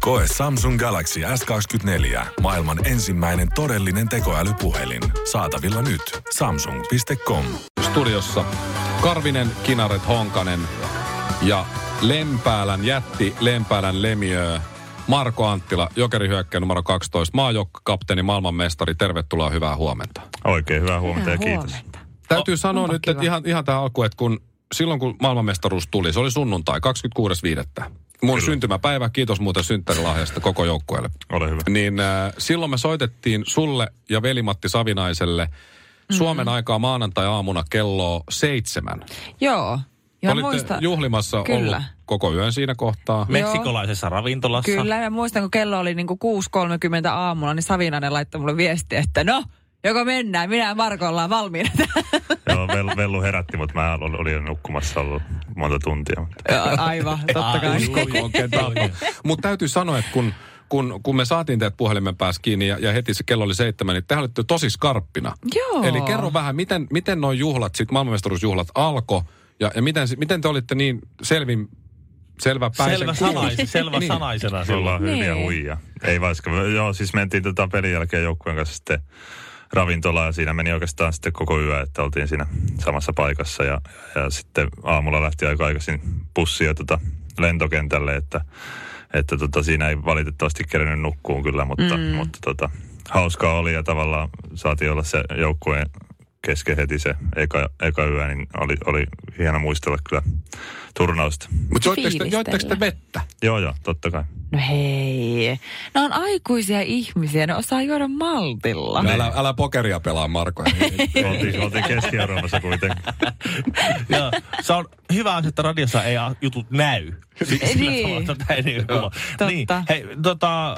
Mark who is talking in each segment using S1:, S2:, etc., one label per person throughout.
S1: Koe Samsung Galaxy S24. Maailman ensimmäinen todellinen tekoälypuhelin. Saatavilla nyt. Samsung.com.
S2: Studiossa Karvinen, Kinaret, Honkanen ja Lempäälän jätti, Lempäälän lemiö. Marko Anttila, jokerihyökkäjä numero 12, maajokkakapteeni, maailmanmestari. Tervetuloa, hyvää huomenta.
S3: Oikein hyvää huomenta ja kiitos.
S2: Täytyy sanoa nyt, että ihan, ihan tähän alkuun, että kun silloin kun maailmanmestaruus tuli, se oli sunnuntai 26.5. Mun Kyllä. syntymäpäivä, kiitos muuten synttärilahjasta koko joukkueelle.
S3: Ole hyvä.
S2: Niin äh, silloin me soitettiin sulle ja velimatti Savinaiselle Suomen aikaa maanantai-aamuna kello seitsemän.
S4: Joo. Ihan
S2: Olitte
S4: muistan.
S2: juhlimassa
S4: Kyllä.
S2: ollut koko yön siinä kohtaa.
S4: Me-
S3: Meksikolaisessa ravintolassa.
S4: Kyllä, ja muistan, kun kello oli niinku 6.30 aamulla, niin Savinainen laittoi mulle viestiä, että no, joko mennään, minä ja Marko ollaan valmiina.
S3: Joo, Vel- Vellu herätti, mutta mä ol- olin jo nukkumassa ollut monta tuntia. Mutta.
S4: Joo, Aivan, totta kai.
S5: niin.
S2: Mutta Tota, täytyy sanoa, että kun, kun, kun me saatiin teidät puhelimen päässä kiinni ja, ja heti se kello oli seitsemän, niin te olitte tosi skarppina.
S4: Joo.
S2: Eli kerro vähän, miten, miten nuo juhlat, sit maailmanmestaruusjuhlat alkoi ja, ja miten, se- miten te olitte niin selvin, selvä päisen
S5: Selvä, sanais, selvä
S2: Niin.
S5: sanaisena
S3: Me
S5: silloin.
S3: ollaan
S4: Niin.
S3: hyviä huijia. Ei vaiska. Joo, siis mentiin tota pelin jälkeen joukkueen kanssa sitten ravintolaan. Siinä meni oikeastaan sitten koko yö, että oltiin siinä samassa paikassa. Ja, ja sitten aamulla lähti aika aikaisin bussia tota lentokentälle, että, että tota siinä ei valitettavasti kerennyt nukkuun kyllä, mutta, mm. mutta tota, hauskaa oli ja tavallaan saatiin olla se joukkueen kesken heti se eka, eka yö, niin oli, oli hieno muistella kyllä turnausta.
S2: Mutta joitteko, te- joitteko te
S4: Fiilistellä.
S2: vettä?
S3: Joo, joo, totta kai.
S4: No hei. Ne on aikuisia ihmisiä, ne osaa juoda maltilla.
S2: No älä, älä pokeria pelaa, Marko. Niin,
S3: Oltiin, oltiin Keski-Euroopassa kuitenkin.
S5: Joo. Se on hyvä asia, että radiossa ei a- jutut näy.
S4: Niin.
S5: Tätä ei niin kuva.
S4: Totta.
S5: Niin. Hei, tota,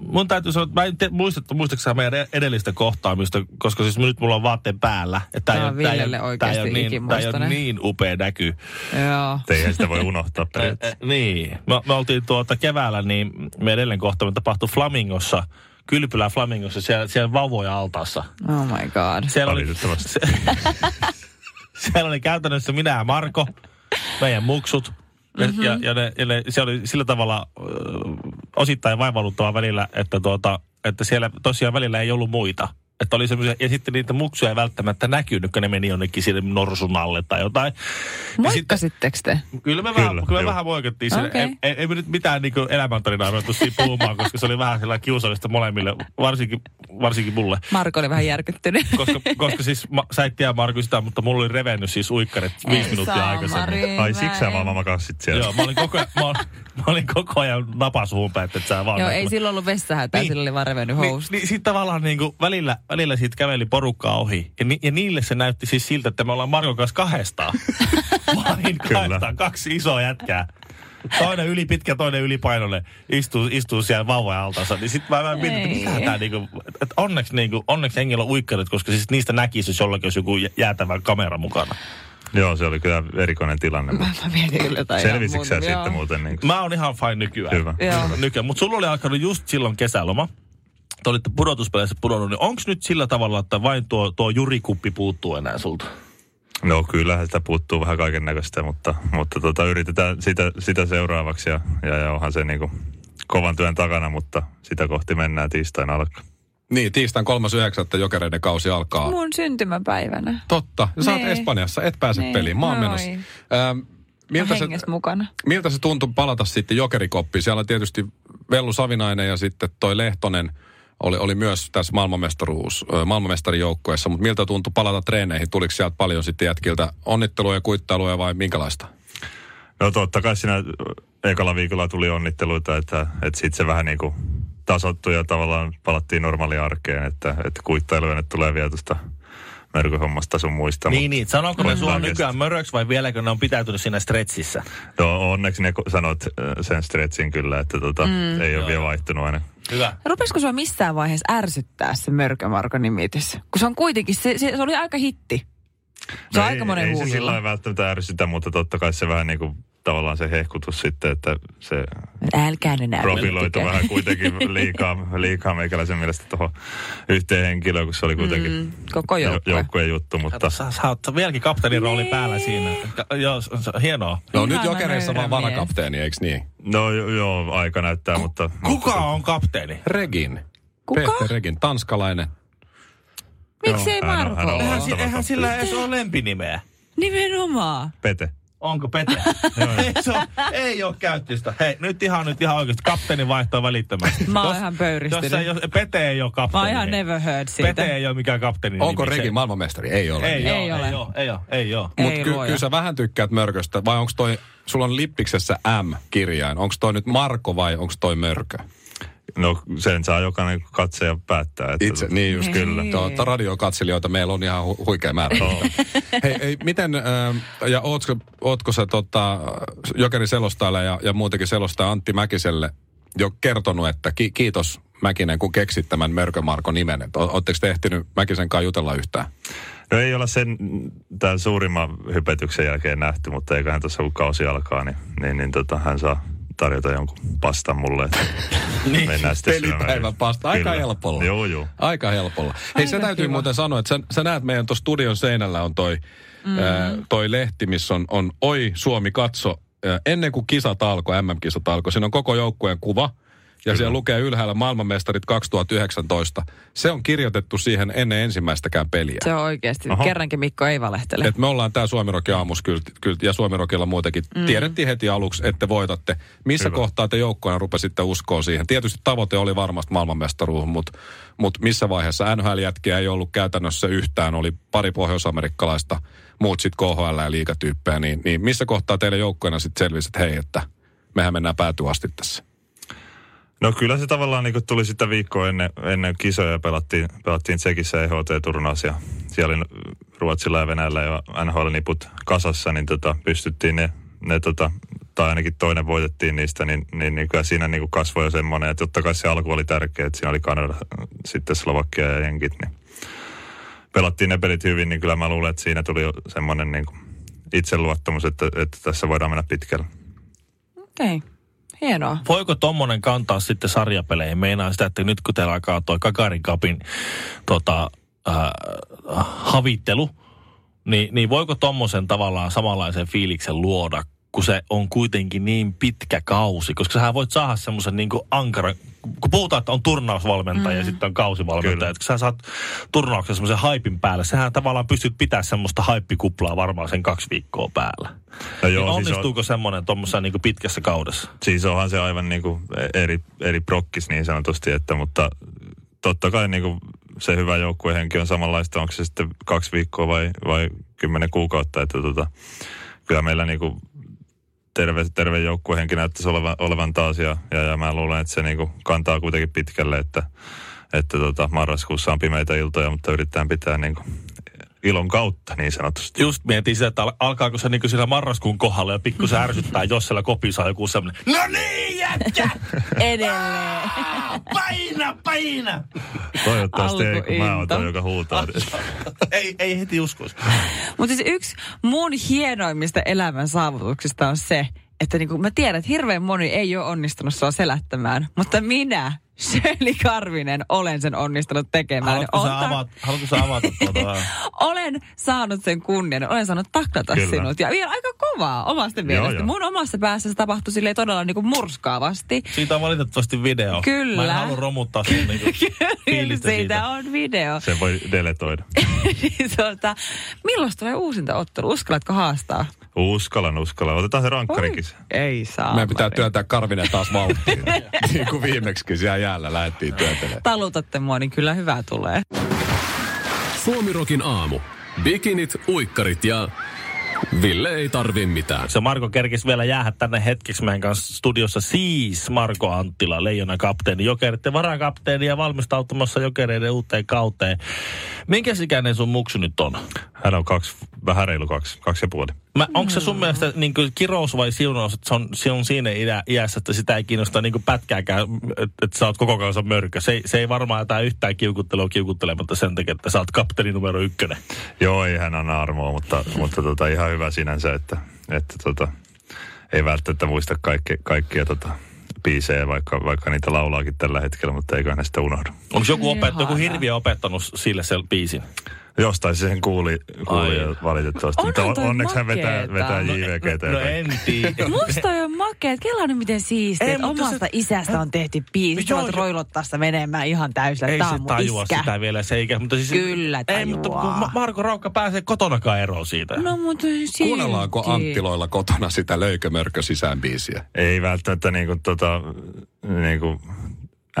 S5: mun täytyy sanoa, että mä en tiedä, muistatko, muistatko sä meidän edellistä kohtaamista, koska siis nyt mulla on vaatteen päällä. Että
S4: Tää
S5: ei
S4: on
S5: ole- tää ei
S4: Villelle
S5: ole-
S4: oikeasti
S5: tää ei ole niin, tää ei ole
S4: ikimuistoinen.
S5: niin upea näky.
S4: Joo.
S3: Et Eihän sitä voi unohtaa periaatteessa.
S5: Eh, Niin. Me, me oltiin tuota keväällä, niin me edelleen kohtaaminen tapahtui Flamingossa, kylpylä Flamingossa, siellä, siellä vauvoja altaassa.
S4: Oh my god.
S5: Siellä oli,
S3: Valitettavasti.
S5: siellä oli käytännössä minä ja Marko, meidän muksut. Ja, mm-hmm. ja, ja, ne, ja ne, se oli sillä tavalla ö, osittain vaivalluttavaa välillä, että, tuota, että siellä tosiaan välillä ei ollut muita. Että oli semmoisia, ja sitten niitä muksuja ei välttämättä näkynyt, kun ne meni jonnekin sinne norsun alle tai jotain. Ja sitten-
S4: Moikkasitteko te?
S5: Kyllä me
S3: Kyllä,
S5: vähän, kyllä me
S3: joo.
S5: vähän voikattiin sinne.
S4: Okei.
S5: Ei, ei, ei, me nyt mitään niin elämäntarinaa ruvettu siinä puhumaan, koska se oli vähän sillä kiusallista molemmille, varsinkin, varsinkin mulle.
S4: Marko oli vähän järkyttynyt.
S5: Koska, koska siis, ma, sä et tiedä Marko sitä, mutta mulla oli revennyt siis uikkarit viisi
S4: Ei
S5: minuuttia
S4: saa,
S5: aikaisemmin.
S4: Mari,
S3: Ai
S4: mä
S3: siksi sä
S4: en-
S3: vaan mamakasit siellä.
S5: Joo, mä olin koko ajan, mä, olin- mä olin koko ajan napa suuhun päin, että et sä vaan
S4: Joo,
S5: näkynyt.
S4: ei silloin ollut vessahätää,
S5: Niin.
S4: niin. sillä oli vaan revennyt
S5: Niin,
S4: housut.
S5: niin sit tavallaan niinku välillä, välillä siitä käveli porukkaa ohi. Ja, ni, ja niille se näytti siis siltä, että me ollaan Markon kanssa kahdestaan. Vain
S3: Kyllä.
S5: kahdestaan, kaksi isoa jätkää. Toinen yli pitkä, toinen ylipainoinen istuu, istuu siellä vauvan altaansa. Niin sit mä, mä mietin, että
S4: Ei.
S5: mitä tää niinku, että onneksi niinku, onneksi hengillä on uikkarit, koska siis niistä näkisi, jos jollakin olisi joku jä- jäätävä kamera mukana.
S3: Joo, se oli kyllä erikoinen tilanne.
S4: Mä, mä mietin kyllä jotain ihan
S3: Selvisitkö sä
S4: muuta.
S3: sitten
S4: Joo.
S3: muuten? Niin kuin?
S5: Mä oon ihan fine nykyään.
S3: Hyvä.
S4: Joo.
S5: Nykyään. Mutta sulla oli alkanut just silloin kesäloma. Te olitte pudotuspeleissä pudonnut, niin onko nyt sillä tavalla, että vain tuo, tuo jurikuppi puuttuu enää sulta?
S3: No kyllähän sitä puuttuu vähän kaiken näköistä, mutta, mutta tota, yritetään sitä, sitä seuraavaksi. Ja, ja, ja onhan se niin kuin kovan työn takana, mutta sitä kohti mennään tiistaina alkaa.
S2: niin, tiistain 3.9. jokereiden kausi alkaa.
S4: Mun syntymäpäivänä.
S2: Totta. Ja Sä oot
S4: Niin.
S2: Espanjassa, et pääse
S4: Niin,
S2: peliin. Mä oon
S4: noin.
S2: menossa. Ähm,
S4: Miltä
S2: miltä, se,
S4: henges mukana.
S2: miltä se tuntui palata sitten jokerikoppiin? Siellä tietysti Vellu Savinainen ja sitten toi Lehtonen oli, oli myös tässä maailmanmestaruus, ö, maailmanmestarijoukkueessa, mutta miltä tuntui palata treeneihin? Tuliko sieltä paljon sitten jätkiltä onnittelua ja kuittailua vai minkälaista?
S3: No totta kai siinä ekalla viikolla tuli onnitteluita, että, että sitten se vähän niin kuin tasottui ja tavallaan palattiin normaaliin arkeen, että, että kuittailuja nyt tulee vielä tuosta merkohommasta sun muista. mut-
S5: Niin, niin. Sanooko ne
S3: Koittaa
S5: sua
S3: kestää.
S5: nykyään möröksi vai vieläkö ne on pitäytynyt siinä stretsissä?
S3: No onneksi ne ko- sanot äh, sen stretchin kyllä, että tota, mm. ei ole vielä vaihtunut aina.
S5: Hyvä.
S4: Rupesko sua missään vaiheessa ärsyttää se Mörkö Marko nimitys? Kun se on kuitenkin, se, se, se oli aika hitti. Se on
S3: No ei-
S4: aikamoinen
S3: Ei se
S4: huujilla.
S3: sillä lailla välttämättä ärsytä, mutta totta kai se vähän niin kuin tavallaan se hehkutus sitten, että se
S4: Älkää ne näy.
S3: profiloitu vähän kuitenkin liikaa, liikaa meikäläisen mielestä tuohon yhteen henkilöön, kun se oli kuitenkin mm,
S4: koko joukkue.
S3: joukkueen juttu, mutta
S5: Sä, sä oot vieläkin kapteenin rooli päällä siinä. Ka- Joo, se on- se on hienoa.
S2: No nyt
S4: Ihana
S2: jokereissa vaan
S4: nöyrä mies.
S2: varakapteeni, eikö niin?
S3: no jo- joo, aika näyttää, mutta...
S5: Kuka on kapteeni?
S2: Regin.
S4: Kuka?
S2: Peter Regin, tanskalainen.
S4: Miksei
S3: Hän on- hän
S4: Marko
S3: on
S4: ole?
S3: loistava
S5: Si- Eihän
S3: kapteeni.
S5: sillä edes ole lempinimeä.
S4: Nimenomaan.
S3: Pete.
S5: Onko Pete? ei, se on, ei ole käyttöstä. Hei, nyt ihan, nyt ihan oikeasti. Kapteenin vaihtoa välittömästi.
S4: Mä oon
S5: Jos-
S4: ihan pöyristynyt.
S5: Jos, sä- jos, Pete ei ole
S4: Mä
S5: kapteeni.
S4: oon ihan
S5: hei.
S4: never heard siitä.
S5: Pete ei ole mikään kapteeni.
S2: Onko Regin maailmanmestari? Ei ole.
S4: Ei
S5: Ei, ei, ole.
S4: ole.
S5: ei ole. Ei ole, ei ole.
S4: Ei
S2: Mutta ky-
S4: luoja.
S2: kyllä sä vähän tykkäät mörköstä, vai onko toi, sulla on lippiksessä M-kirjain, onko toi nyt Marko vai onko toi mörkö?
S3: No sen saa jokainen katsoja päättää. Että
S2: Itse, niin just kyllä.
S4: Niin.
S2: Tuota, radiokatselijoita meillä on ihan hu- huikea määrä. Hei, ei, miten, ö, ja ootko, ootko sä tota, Jokeri selostajalle ja, ja muutenkin selostaja Antti Mäkiselle jo kertonut, että ki- kiitos Mäkinen, kun keksit tämän Mörkö Marko nimen. Et o- Ootteko te ehtinyt Mäkisen kanssa jutella yhtään?
S3: No ei olla sen tämän suurimman hypetyksen jälkeen nähty, mutta eiköhän tuossa kun kausi alkaa, niin, niin, niin tota, hän saa tarjota jonkun pastan mulle. että
S5: Niin,
S3: mennään sitten syömään.
S2: Pelipäivän pasta. Aika
S3: Kyllä.
S2: helpolla.
S3: Joo, joo.
S2: Aika helpolla. Hei, se
S4: Aika
S2: täytyy
S4: kiva.
S2: muuten sanoa, että sä, sä näet meidän tuossa studion seinällä on toi, mm. ää, toi lehti, missä on, on Oi Suomi katso. Ää, ennen kuin kisat alkoi, MM-kisat alkoi, siinä on koko joukkueen kuva. Ja Kyllä. siellä lukee ylhäällä maailmanmestarit 2019. Se on kirjoitettu siihen ennen ensimmäistäkään peliä.
S4: Se on oikeasti.
S3: Oho.
S4: Kerrankin Mikko ei valehtele.
S2: Et me ollaan tää Suomirokin aamus kyllä, kyllä, ja Suomirokilla muutenkin. Mm. Tiedettiin heti aluksi, että voitatte. Missä
S3: Hyvä.
S2: kohtaa te joukkoina rupesitte uskoon siihen? Tietysti tavoite oli varmasti maailmanmestaruus, mutta mut missä vaiheessa NHL-jätkiä ei ollut käytännössä yhtään. Oli pari pohjoisamerikkalaista, muut sitten KHL ja liikatyyppejä. Niin, niin missä kohtaa teille joukkoina sitten selvisi, että hei, että mehän mennään päätyä asti tässä.
S3: No kyllä se tavallaan niin tuli sitä viikkoa ennen, ennen kisoja. Pelattiin, pelattiin Tsekissä EHT-turnaus ja siellä oli Ruotsilla ja Venäjällä ja NHL-niput kasassa, niin tota, pystyttiin ne, ne tota, tai ainakin toinen voitettiin niistä, niin, niin, niin kyllä siinä niin kasvoi jo semmoinen, että totta kai se alku oli tärkeä, että siinä oli Kanada, sitten Slovakia ja Jenkit, niin pelattiin ne pelit hyvin, niin kyllä mä luulen, että siinä tuli jo semmoinen niin itseluottamus, että, että tässä voidaan mennä pitkälle.
S4: Okei. Okay. Hienoa.
S5: Voiko tommonen kantaa sitten sarjapeleihin? Meinaa sitä, että nyt kun teillä alkaa toi Kakarin kapin tota, äh, havittelu, niin, niin voiko tommosen tavallaan samanlaisen fiiliksen luoda, kun se on kuitenkin niin pitkä kausi? Koska sähän voit saada semmoisen niin ankaran, kun puhutaan, että on turnausvalmentaja mm. ja sitten on kausivalmentaja,
S3: Kyllä.
S5: että kun sä saat turnauksen semmoisen haipin päälle, sähän tavallaan pystyt pitämään semmoista haippikuplaa varmaan sen kaksi viikkoa päällä.
S3: No
S5: Joo, niin
S3: siis on-
S5: onnistuuko semmoinen tuommoisessa niin pitkässä kaudessa?
S3: Siis onhan se aivan niin kuin eri, eri prokkis niin sanotusti, että mutta totta kai niin kuin se hyvä joukkuehenki on samanlaista, onko se sitten kaksi viikkoa vai, vai kymmenen kuukautta, että tota, kyllä meillä niin kuin terve, terve joukkuehenki näyttäisi olevan, olevan taas ja, ja, ja mä luulen, että se niin kuin kantaa kuitenkin pitkälle, että, että tota, marraskuussa on pimeitä iltoja, mutta yritetään pitää niin kuin ilon kautta niin sanotusti.
S5: just mietin sitä, että al- alkaako se niinku siellä marraskuun kohdalla ja pikkusen ärsyttää, jos siellä kopissa on joku semmoinen, no niin jätkä,
S4: Edelleen.
S5: paina, paina.
S3: Toivottavasti ei, kun mä oon
S4: Alkuinto.
S3: toi, joka huutaa.
S5: ei, ei heti uskoisi.
S4: Mutta siis yksi mun hienoimmista elämän saavutuksista on se, että niinku mä tiedän, että hirveän moni ei ole onnistunut sua selättämään, mutta minä, Shirley Karvinen, olen sen onnistunut tekemään.
S5: Haluatko
S4: On
S5: sä
S4: ta-
S5: avata, haluatko sä avata tuota?
S4: olen saanut sen kunnian, olen saanut taklata
S3: Kyllä.
S4: sinut. Ja vielä aika kovaa omasta
S3: Joo,
S4: mielestä.
S3: joo.
S4: Mun omassa päässä se tapahtui silleen todella niinku murskaavasti.
S5: Siitä on valitettavasti video. Mä en
S4: Kyllä.
S5: halua romuttaa sun niinku fiilistä
S4: siitä,
S5: siitä.
S4: on video.
S3: Sen voi deletoida.
S4: Niin tota, milloin tulee uusinta ottelu? Uskallatko haastaa?
S3: Uskallan, uskallan. Otetaan se rankkarikin.
S4: Oi, Ei saa.
S2: Meidän pitää työntää Karvinen taas vauhtiin. niin kuin viimeksikin siellä jäällä lähdettiin työntelemään.
S4: Talutatte mua, niin kyllä hyvää tulee.
S6: Suomirokin aamu. Bikinit, uikkarit ja Ville ei tarvi mitään.
S5: Se Marko kerkis vielä jäädä tänne hetkeksi meidän kanssa studiossa. Siis Marko Anttila, leijona kapteeni, jokeritten varakapteeni ja valmistautumassa jokereiden uuteen kauteen. Minkä ikäinen sun muksu nyt on?
S3: Hän on kaksi, vähän reilu kaksi, kaksi ja puoli.
S5: Mä, onko se sun mielestä niin kuin kirous vai siunaus, että se on, se on siinä idä, iässä, että sitä ei kiinnosta niin kuin pätkääkään, että, että sä oot koko kansan mörkö. Se, ei- se ei varmaan jätä yhtään kiukuttelua kiukuttelematta sen takia, että sä oot kapteeni numero ykkönen.
S3: Joo, ei hän anna armoa, mutta, mutta tota, ihan hyvä sinänsä, että, että tota, ei välttämättä muista kaikki, kaikkia tota, biisejä, vaikka, vaikka niitä laulaakin tällä hetkellä, mutta eiköhän ne sitä unohdu.
S5: Onko joku, opet,
S4: Ihana.
S5: joku hirviö opettanut sille sen biisin?
S3: Jostain se sen kuuli, kuuli
S5: Ai.
S3: ja valitettavasti.
S4: Onhan
S3: Mutta on-
S4: toi
S3: onneksi hän vetää,
S4: makeeta.
S3: vetää
S4: No,
S3: JVGtä.
S5: No en tiedä.
S4: Musta toi on makea, että kelaa nyt miten siistiä,
S5: Ei,
S4: että
S5: mutta se-
S4: omasta isästä on tehty biisi. Sä
S5: Joo,
S4: voit
S5: joo.
S4: roilottaa sitä menemään ihan täysillä,
S5: ei
S4: että tää
S5: se
S4: on mun
S5: tajua
S4: iskä.
S5: sitä vielä, se eikä. Mutta siis,
S4: Kyllä
S5: Ei, mutta kun
S4: tajuaa.
S5: Ma- Marko Raukka pääsee kotonakaan eroon siitä.
S4: No mutta silti.
S2: Kuunnellaanko Anttiloilla kotona sitä löykömörkö sisäänbiisiä?
S3: Ei välttämättä niinku, tota, niinku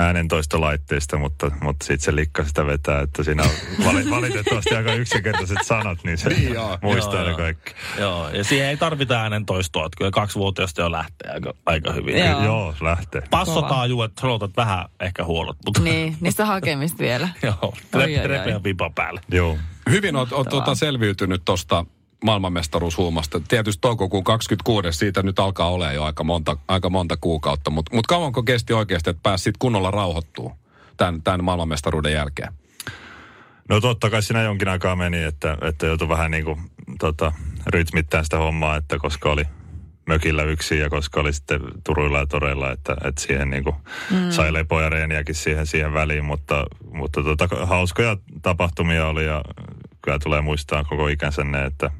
S3: äänentoistolaitteista, mutta, mutta sitten se likka sitä vetää, että siinä on vali, valitettavasti aika yksinkertaiset sanat, niin se
S2: Niin joo,
S3: muistaa
S5: joo,
S3: ne
S5: joo.
S3: kaikki.
S5: Joo, ja siihen ei tarvita äänen toistoa, että kyllä kaksi vuotiaista jo lähtee aika, aika hyvin.
S4: Joo.
S3: Joo, joo lähtee.
S5: Passo
S4: Kova.
S5: taajuu, että sanotat vähän ehkä huolot, mutta
S4: Niin, niistä hakemista vielä.
S5: joo,
S4: Ai, ai,
S5: rep, repeä
S4: ai.
S5: pipa päälle.
S3: Joo.
S2: Hyvin on, on tuota, selviytynyt tuosta maailmanmestaruushuumasta. Tietysti toukokuun 26. siitä nyt alkaa olla jo aika monta, aika monta kuukautta, mutta mut kauanko kesti oikeasti, että pääsit kunnolla rauhoittuu tämän, tämän maailmanmestaruuden jälkeen?
S3: No totta kai siinä jonkin aikaa meni, että, että joutui vähän niin kuin tota, rytmittämään sitä hommaa, että koska oli mökillä yksin ja koska oli sitten Turuilla ja Toreilla, että, että siihen niin kuin mm. sai lepoa ja reeniäkin siihen, siihen väliin, mutta, mutta tota, hauskoja tapahtumia oli ja kyllä tulee muistaa koko ikänsä ne, että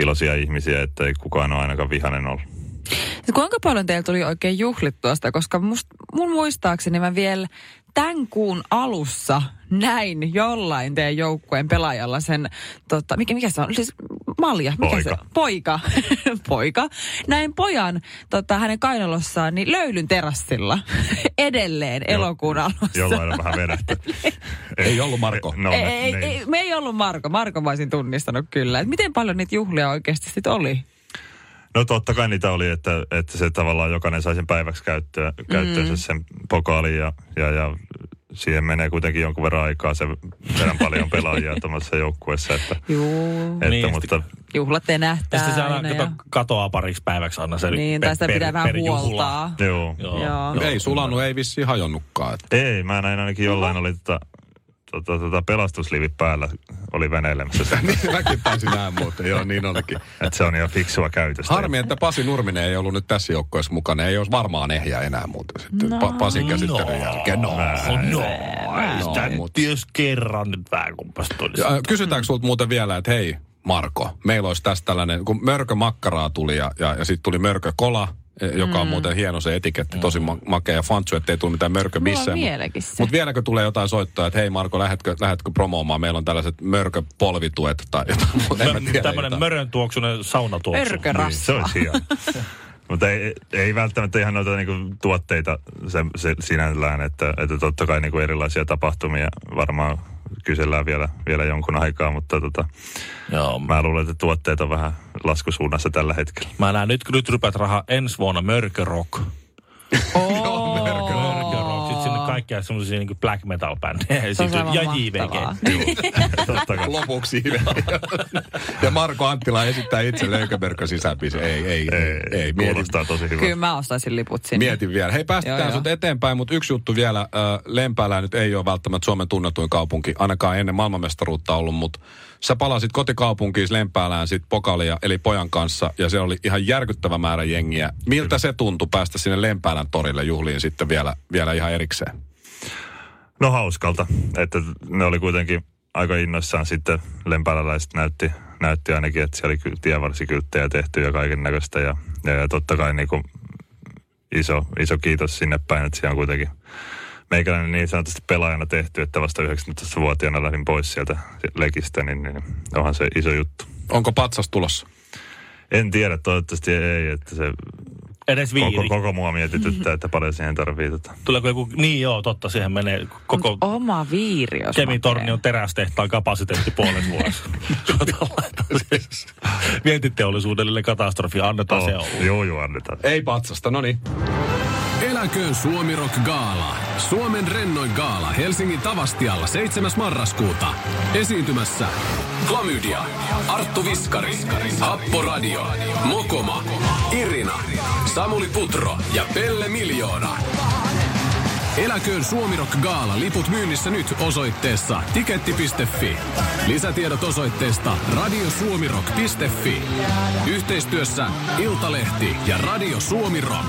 S3: iloisia ihmisiä, että ei kukaan ole ainakaan vihainen ollut.
S4: Siis Kuinka paljon teillä tuli oikein juhlittua sitä, koska must, mun muistaakseni mä vielä tämän kuun alussa näin jollain teidän joukkueen pelaajalla sen, tota, mikä, mikä se on, siis malja, mikä se
S3: Poika.
S4: Poika, poika. Näin pojan tota, hänen kainalossaan niin löylyn terassilla edelleen
S3: Jo-
S4: elokuun alussa.
S3: Jollain on vähän vedetty.
S2: Ei ollut, Marko.
S3: No,
S4: ei, ei,
S3: niin.
S4: ei, me ei ollut Marko. Marko mä olisin tunnistanut kyllä. Et miten paljon niitä juhlia oikeasti sitten oli?
S3: No totta kai niitä oli, että, että se tavallaan jokainen sai sen päiväksi käyttöön, käyttöönsä
S5: Mm.
S3: sen pokaalin ja, ja, ja siihen menee kuitenkin jonkun verran aikaa sen verran paljon pelaajia tuommoisessa joukkueessa, että,
S4: Juu,
S3: että
S5: Niin,
S3: mutta
S4: juhlat
S5: Ja
S4: enähtää
S5: sitten se aina
S4: aina.
S5: kato,
S4: Ja...
S5: katoaa pariksi päiväksi aina se
S4: Niin, tai sitä pitää vähän
S5: juhla.
S4: huoltaa.
S3: joo.
S5: Joo.
S4: Joo.
S5: Joo.
S2: Ei sulannut, ei vissiin hajonnutkaan. että-
S3: Ei, mä näin ainakin jollain oli tota, tota, tota pelastusliivi päällä, oli veneilemässä se,
S2: Niin, Mäkin taisin näin muuten, joo niin olikin.
S3: että se on ihan fiksua käytöstä.
S2: Harmi, että Pasi Nurminen ei ollut nyt tässä joukkueessa mukana. Ei olisi varmaan ehjä enää muuten sitten no. Pasin käsittelyn jälkeen. No.
S5: no,
S2: ei.
S5: no, sitä
S2: No,
S5: nyt
S2: mutta-
S5: jos kerran nyt vähän kumpastunut.
S2: Ja, äh, Kysytäänkö sulta muuten vielä, että hei Marko, meillä olisi tässä tällainen, kun mörkö makkaraa tuli ja, ja, ja sitten tuli mörkö kola, eh, joka
S4: Mm.
S2: on muuten hieno se etiketti, tosi ma- makea ja fantsu, ettei tule mitään mörkö
S4: Mulla on
S2: missään.
S4: vieläkin se.
S2: Mutta vieläkö tulee jotain soittoa, että hei Marko, lähetkö, lähetkö promoomaan, meillä on tällaiset mörkö polvituet tai jotain muuta, en mä tiedä
S5: Tämmöinen
S2: jotain.
S5: mörön tuoksunen saunatuoksu.
S3: Niin,
S4: Örkörassa.
S3: se olisi hieno. Mutta ei, ei välttämättä ihan noita niinku tuotteita se, se sinällään, että, että totta kai niinku erilaisia tapahtumia varmaan kysellään vielä, vielä jonkun aikaa, mutta tota,
S5: Joo, mä,
S3: mä luulen, että tuotteet on vähän laskusuunnassa tällä hetkellä.
S5: mä näen nyt, nyt rypät rahaa ensi vuonna mörkörock. Mörkörock. Sitten sinne kaikkia semmoisia niin black metal bändejä.
S4: Se on
S5: Sitten-
S4: aivan
S5: Ja
S4: mahtavaa.
S5: JVG.
S3: totta kai.
S2: Lopuksi vielä. ja Marko Anttila esittää itse löykömörkö sisäpiisi. Ei, ei, ei,
S3: Ei,
S2: ei, mieti,
S3: kuulostaa tosi hyvältä.
S4: Kyllä mä ostaisin liput sinne.
S2: Mietin vielä. Hei,
S4: Joo,
S2: päästetään
S4: joo.
S2: sut eteenpäin, mutta yksi juttu vielä. Äh, Lempäälä nyt ei ole välttämättä Suomen tunnetuin kaupunki, ainakaan ennen maailmanmestaruutta ollut, mutta sä palasit kotikaupunkiin Lempäälään sit Pokalia, eli pojan kanssa, ja se oli ihan järkyttävä määrä jengiä. Miltä se tuntui päästä sinne Lempäälän torille juhliin sitten vielä, vielä ihan erikseen?
S3: No hauskalta, että ne oli kuitenkin aika innoissaan sitten lempäläläiset näytti, näytti ainakin, että siellä oli ky- tienvarsikylttejä tehty ja kaiken näköistä ja, ja, ja totta kai niin kuin iso, iso kiitos sinne päin, että siellä on kuitenkin meikäläinen niin sanotusti pelaajana tehty, että vasta 19-vuotiaana lähdin pois sieltä lekistä, niin, niin onhan se iso juttu.
S2: Onko patsas tulossa?
S3: En tiedä, toivottavasti ei, että se
S5: Edes
S3: koko,
S5: viiri.
S3: koko mua mietityttää, että paljon siihen tarvii tota.
S5: Tuleeko joku, niin joo, totta, siihen menee koko
S4: Mut oma viiri, jos
S5: Kemin
S4: makee.
S5: torni on terästehtaan kapasiteetti puolen vuodessa. Katsotaan, laitetaan siis vientiteollisuudelle katastrofi, annetaan se olla.
S3: Joo, joo, Oh, annetaan.
S2: Ei patsasta, no niin.
S6: Eläköön Suomi Rock Gaala. Suomen rennoin gaala Helsingin Tavastialla 7. marraskuuta. Esiintymässä Klamydia, Arttu Viskari, Happo Radio, Mokoma, Irina, Samuli Putro ja Pelle Miljoona. Eläköön Suomi Rock Gaala. Liput myynnissä nyt osoitteessa tiketti.fi. Lisätiedot osoitteesta radiosuomirock.fi. Yhteistyössä Iltalehti ja Radio Suomi Rock.